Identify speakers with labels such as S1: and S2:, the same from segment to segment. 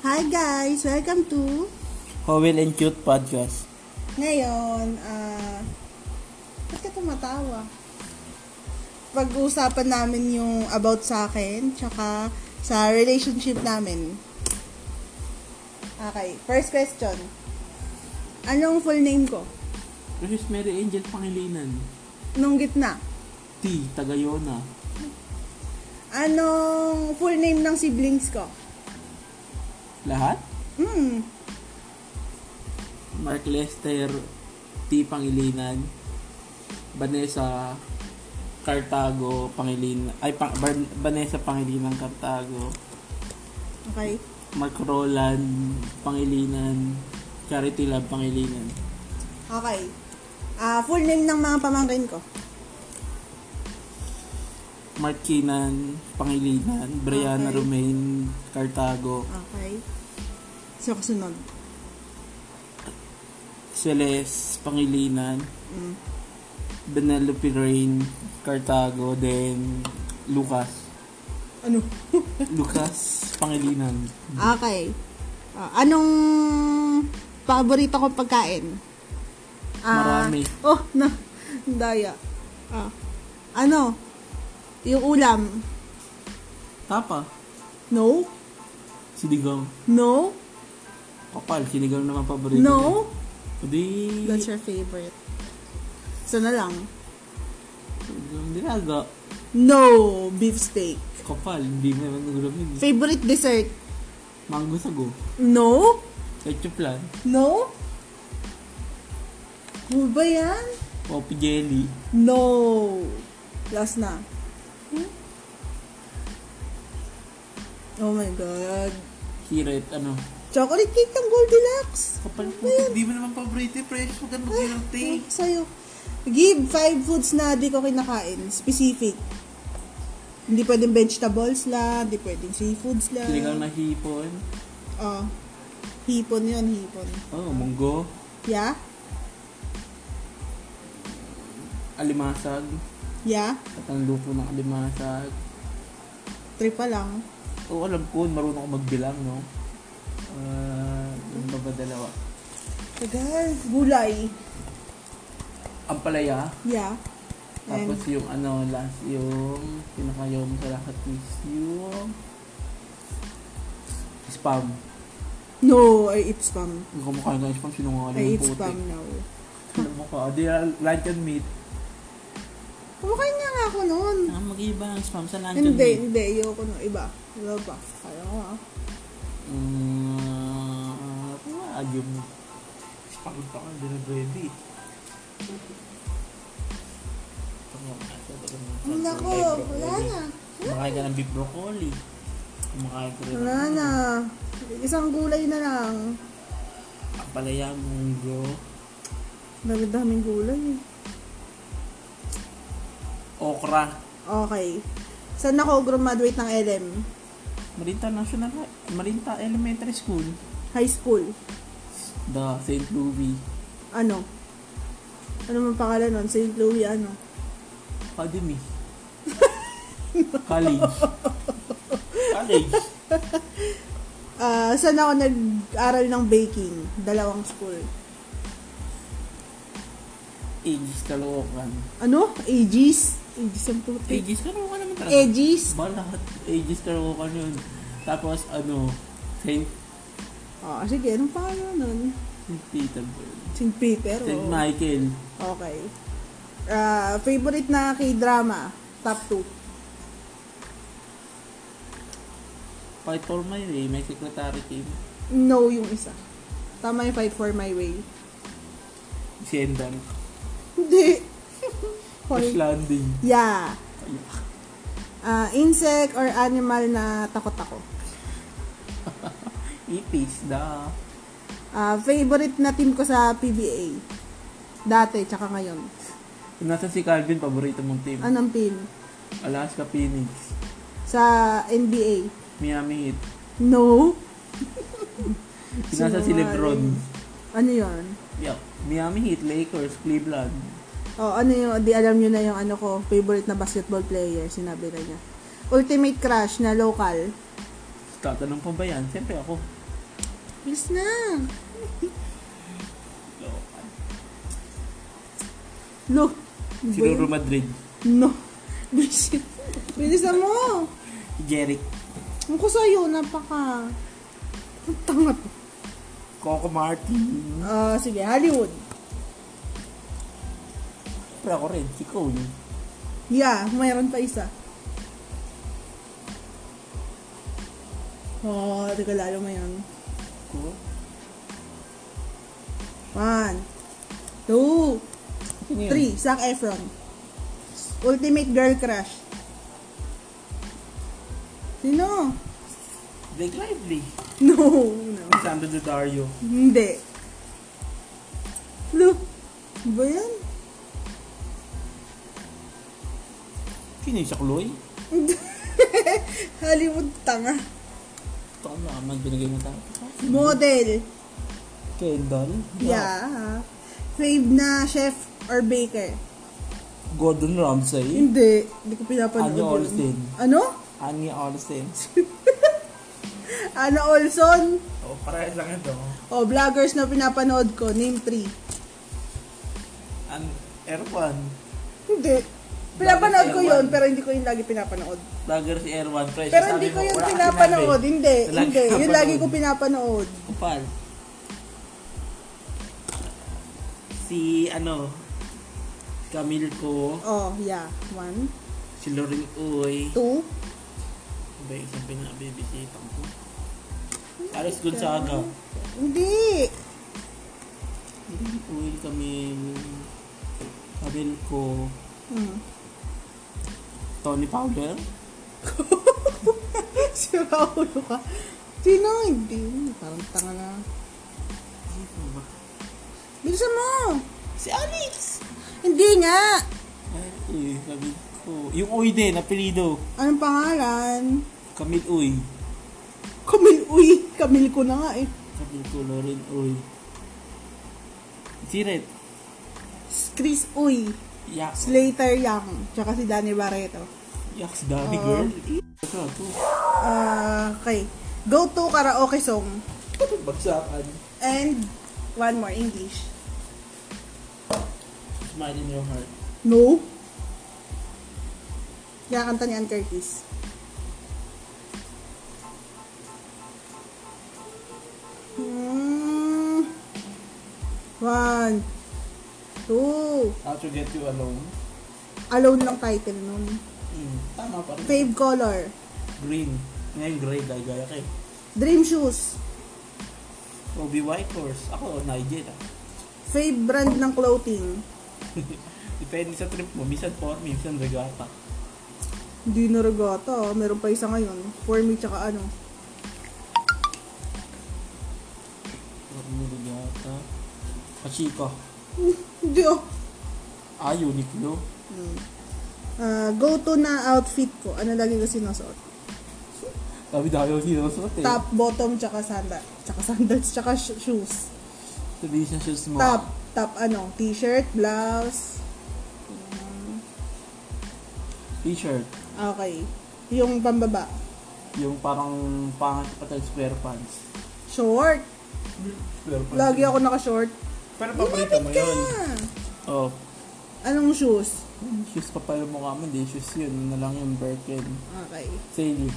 S1: Hi guys! Welcome to...
S2: Howell and Cute Podcast.
S1: Ngayon, ah... ba't ka tumatawa? Pag-uusapan namin yung about sa akin, tsaka sa relationship namin. Okay, first question. Anong full name ko?
S2: Precious Mary Angel Pangilinan.
S1: Nung gitna.
S2: T. Tagayona.
S1: Anong full name ng siblings ko?
S2: Lahat?
S1: Hmm,
S2: Mark Lester. T. Pangilinan. Vanessa. Cartago. Pangilinan. Ay, pang, Ban- Vanessa Pangilinan Cartago.
S1: okay.
S2: Mark Roland. Pangilinan. Charity Lab Pangilinan.
S1: Okay. Ah, full name ng mga pamangkin ko.
S2: Mark Kinan. Pangilinan. Brianna
S1: Okay.
S2: Romaine. Cartago.
S1: Okay. So, kasunod.
S2: Celeste Pangilinan.
S1: Mm.
S2: Penelope Rain, Cartago, then Lucas.
S1: Ano?
S2: Lucas Pangilinan.
S1: Okay. Ah, anong paborito kong pagkain? Ah,
S2: Marami.
S1: Oh, na. Daya. Ah. Ano? Yung ulam.
S2: Tapa,
S1: No?
S2: sinigang.
S1: No?
S2: Kapal, sinigang naman paborito.
S1: No?
S2: ko. O Di,
S1: That's your favorite. Isa na lang.
S2: sinigang nilaga.
S1: No beef steak.
S2: Kapal, hindi mo naman ulam yun.
S1: Favorite dessert?
S2: Mango sago.
S1: No?
S2: Ketchup lang.
S1: No? Ano ba yan?
S2: Poppy jelly.
S1: No. Last na. Oh my God.
S2: Kiret, ano.
S1: Chocolate cake ng Goldilocks.
S2: Kapal po, hindi mo naman paborito yung fresh. Huwag ka
S1: Ano
S2: mag-ilang
S1: Ay, Sa'yo. Give five foods na di ko kinakain. Specific. Hindi pwedeng vegetables lang, hindi pwedeng seafoods lang.
S2: Sinigang na hipon.
S1: Oh. Hipon yun, hipon.
S2: Oh, munggo.
S1: Yeah?
S2: Alimasag.
S1: Yeah?
S2: At ang lupo ng alimasag.
S1: Trip pa lang.
S2: Oo, alam ko, marunong ako magbilang, no? Ah, ano ba ba dalawa?
S1: Tagal. Gulay.
S2: Ang palaya,
S1: Yeah. And,
S2: tapos yung ano, last yung pinakayom sa lahat is yung spam.
S1: no, I eat spam.
S2: Yung kumukha ng spam, sinungaling
S1: I
S2: ng
S1: eat
S2: puti.
S1: spam now.
S2: Alam mo ka, di ah, lunch and meat.
S1: Kumakain nga nga ako noon.
S2: Ah, mag-iba ang spam sa lunch and
S1: Hindi,
S2: meat.
S1: hindi. Ayoko nung iba. Wala ba? Kaya ko ah.
S2: Mm, ah, yung spam pa ka, hindi na ready.
S1: Nako, wala na.
S2: Kumakain ka ng beef broccoli. Kumakain ka rin.
S1: Wala na. Isang gulay na lang.
S2: Ang palaya, munggo.
S1: Dami-daming gulay eh.
S2: Okra.
S1: Okay. Saan ako graduate ng LM?
S2: Marinta National High. Marinta Elementary School.
S1: High school.
S2: The St. Louis.
S1: Ano? Ano man pangalan nun? St. Louis, ano?
S2: Academy. College. College.
S1: Ah, saan ako nag-aral ng baking? Dalawang school.
S2: Aegis Caloocan.
S1: Ano? Aegis? Aegis ang puti.
S2: Aegis ano? Caloocan naman talaga.
S1: Aegis?
S2: Ba lahat Aegis Caloocan yun. Tapos ano, St.
S1: Ah, sige. Anong pangalan nun?
S2: St. Peter ba yun?
S1: St. Peter.
S2: St.
S1: oo.
S2: Michael.
S1: Okay. Ah, favorite na k-drama? Top
S2: Fight for my way. My secretary came.
S1: 2. No yung isa. Tama yung Fight for My Way.
S2: Si Endan.
S1: Hindi.
S2: Push
S1: Hoy.
S2: landing.
S1: Yeah.
S2: Ayak.
S1: Ah, insect or animal na takot ako.
S2: Ipis. Da.
S1: Ah, favorite na team ko sa PBA? Dati, tsaka ngayon.
S2: Kung nasa si Calvin, paborito mong team.
S1: Anong team?
S2: Alaska Phoenix.
S1: Sa NBA?
S2: Miami Heat.
S1: No.
S2: Kung nasa si
S1: Sinungaling.
S2: Lebron.
S1: Ano yon?
S2: Yeah. Miami Heat, Lakers, Cleveland.
S1: O, ano yung, di alam nyo na yung ano ko, favorite na basketball player, sinabi na niya. Ultimate crush na local.
S2: Tatanong pa ba yan? Siyempre ako.
S1: Bilis na. No.
S2: Siguro Madrid.
S1: No. Bilis. Bilis na mo.
S2: Jeric.
S1: Ang ko sa'yo, napaka... Ang tanga to.
S2: Coco Martin.
S1: Ah, sige, Hollywood.
S2: Pero ako rin, si Cole.
S1: Yeah, mayroon pa isa. Oh, teka lalo ngayon.
S2: Ko?
S1: One, two,
S2: Sino yun?
S1: three. Zac Efron. Ultimate girl crush. Sino?
S2: Blake Lively.
S1: No, no.
S2: Sandro Dario.
S1: Hindi. Look. Ba yan?
S2: Sino yung sa Chloe?
S1: Hollywood tanga.
S2: Ito ano naman binigay mo tayo.
S1: Model.
S2: Kendall.
S1: Yeah. Fave na chef or baker.
S2: Gordon Ramsay.
S1: Hindi. Hindi ko pinapanood.
S2: Ano
S1: yun.
S2: Olsen?
S1: Ano?
S2: Anya Olsen.
S1: Ano Olson?
S2: Oo, oh, parehas lang ito.
S1: O, vloggers na pinapanood ko. Name 3.
S2: Ang Erwan.
S1: Hindi. Pinapanood
S2: Vlogger
S1: ko
S2: si
S1: yun,
S2: Erwan.
S1: pero hindi ko yun lagi pinapanood.
S2: Vlogger si Erwan. Fresh.
S1: Pero
S2: Sabi
S1: hindi ko
S2: mo,
S1: yun
S2: wala ka
S1: pinapanood.
S2: sinabi.
S1: Hindi,
S2: Wala
S1: hindi.
S2: ka
S1: Yun lagi ko
S2: pinapanood.
S1: pinapanood.
S2: Kupal. Si ano, Camille ko,
S1: Oh, yeah. One,
S2: si Loring Uy,
S1: two.
S2: ba yung sabi na bibisita ko. Aris Gonzaga.
S1: Hindi.
S2: Loring Uy, Camille, Camille ko,
S1: Hmm.
S2: Tony Powder,
S1: Sira ulo ka. Sino? Hindi. Parang tanga na. Bilisan mo!
S2: si Alex!
S1: Hindi nga!
S2: Ay, uy, sabi ko. Yung Uy din, apelido.
S1: Anong pangalan?
S2: Camille Uy.
S1: Kamil, uy! Kamil ko na nga eh.
S2: Sabi ko, Loring Uy. Si Red,
S1: Chris Uy.
S2: Yak.
S1: Slater Young, tsaka si Danny Barreto.
S2: Yak, si Dami, girl. Ito, ito.
S1: Ah, okay. Go to karaoke song.
S2: Bagsakan.
S1: And one more English.
S2: Smile in your heart.
S1: No. Kinakanta ni Ann Curtis. Mm. One. Two.
S2: How to get you alone.
S1: Alone lang title nun.
S2: Mm, tama pa rin.
S1: Fave color.
S2: Green. Ngayon gray dahil gaya kay.
S1: Dream shoes.
S2: Obi White Horse. Ako, Nigel. ah.
S1: Fave brand ng clothing.
S2: Depende sa trip mo. Minsan for me, minsan regata.
S1: Hindi na regata. ah. Meron pa isa ngayon. For me, tsaka ano.
S2: For me, regata. Pachika.
S1: Hindi oh.
S2: Ah, Uniqlo.
S1: Ah, go-to na outfit ko. Ano lagi ko sinusuot?
S2: Sabi dahil yung sinusuot eh.
S1: Top, bottom, tsaka sandal. Tsaka sandals, tsaka sh- shoes.
S2: Sabi siya shoes mo.
S1: Top, top ano? T-shirt, blouse.
S2: T-shirt.
S1: Okay. Yung pambaba.
S2: Yung parang pangat pa tayo square pants.
S1: Short.
S2: Square pants.
S1: Lagi ako naka-short.
S2: Pero paborito
S1: Lumapit
S2: mo
S1: ka!
S2: yun. Oh.
S1: Anong shoes?
S2: Shoes pa pala mukha mo. Hindi shoes yun. Yun Na lang yung Birkin.
S1: Okay.
S2: Sally.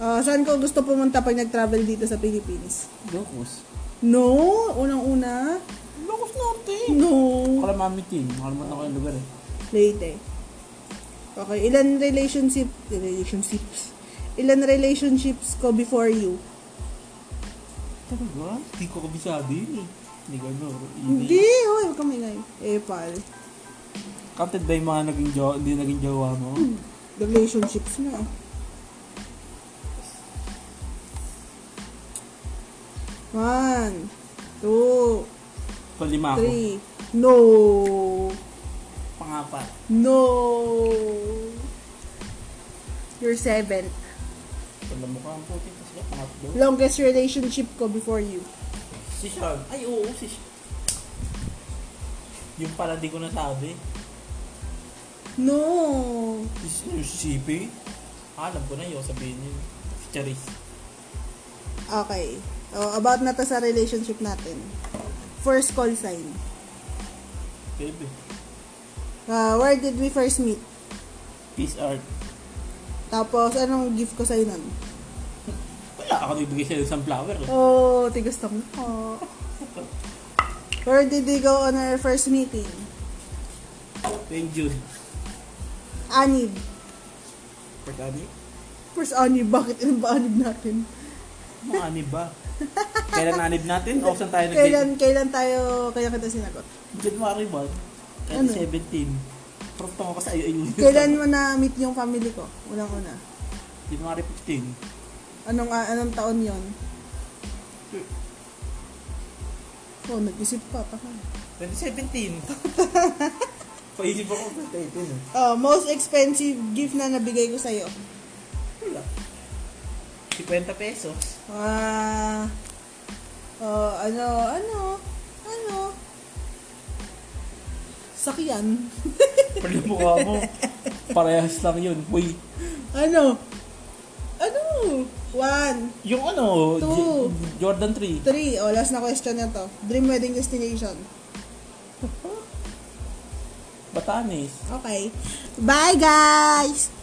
S1: Ah, saan ko gusto pumunta pag nag-travel dito sa Pilipinas?
S2: Locos.
S1: No, unang-una.
S2: Locos Norte.
S1: No.
S2: Kalamami team. Nakalimutan ko yung lugar eh.
S1: Leyte. Okay, ilan relationship, relationships, ilan relationships ko before you?
S2: Talaga? Hindi ko kabisado yun eh. Hindi gano'n.
S1: Hindi, oh, hoy, huwag kang ingay. Eh, pal.
S2: Counted ba yung mga naging jowa, hindi naging jowa mo?
S1: Hmm. Relationships na. eh. One, two,
S2: So, lima ako.
S1: three. No.
S2: Pangapat.
S1: No. You're seven.
S2: Wala mo ka ang puti. Kasi ka pangapat daw.
S1: Longest relationship ko before you.
S2: Si Sean. Ay, oo, si Sean. Yung pala di ko nasabi.
S1: No.
S2: Si si- si CP. Ah, alam ko na yun. Sabihin yun. Si Charis.
S1: Okay. Oh, about na to sa relationship natin. First call sign.
S2: Baby.
S1: Ah, where did we first meet?
S2: Peace art.
S1: Tapos, anong gift ko sa'yo nun?
S2: Wala ako nagbigay sa'yo ng sunflower. eh.
S1: Oh, tigas na mukha. Where did we go on our first meeting?
S2: Thank you.
S1: Anib.
S2: Pagkani?
S1: First anib, bakit yun ba anib natin?
S2: Mga anib ba? Kailan anib natin? O saan tayo nag-date?
S1: Kailan, kailan tayo, kaya kita sinagot?
S2: January ba?
S1: Ano?
S2: 2017. Proof ako kasi ayun.
S1: Kailan mo na meet yung family ko? Unang-una.
S2: January 15.
S1: Anong, ah, anong taon yon? Oh, nag-isip pa, taka.
S2: 2017. Paisip ako 2018. eh.
S1: Oh, most expensive gift na nabigay ko sa'yo.
S2: Wala. 50 pesos.
S1: Ah, oh, ano, ano, ano? Sakyan.
S2: Pero yung mukha mo, parehas lang yun. Wait,
S1: Ano? Ano? One,
S2: yung ano,
S1: Two.
S2: J- Jordan 3.
S1: three. Oh, last na question na to. Dream wedding destination.
S2: Batanes.
S1: Okay. Bye, guys!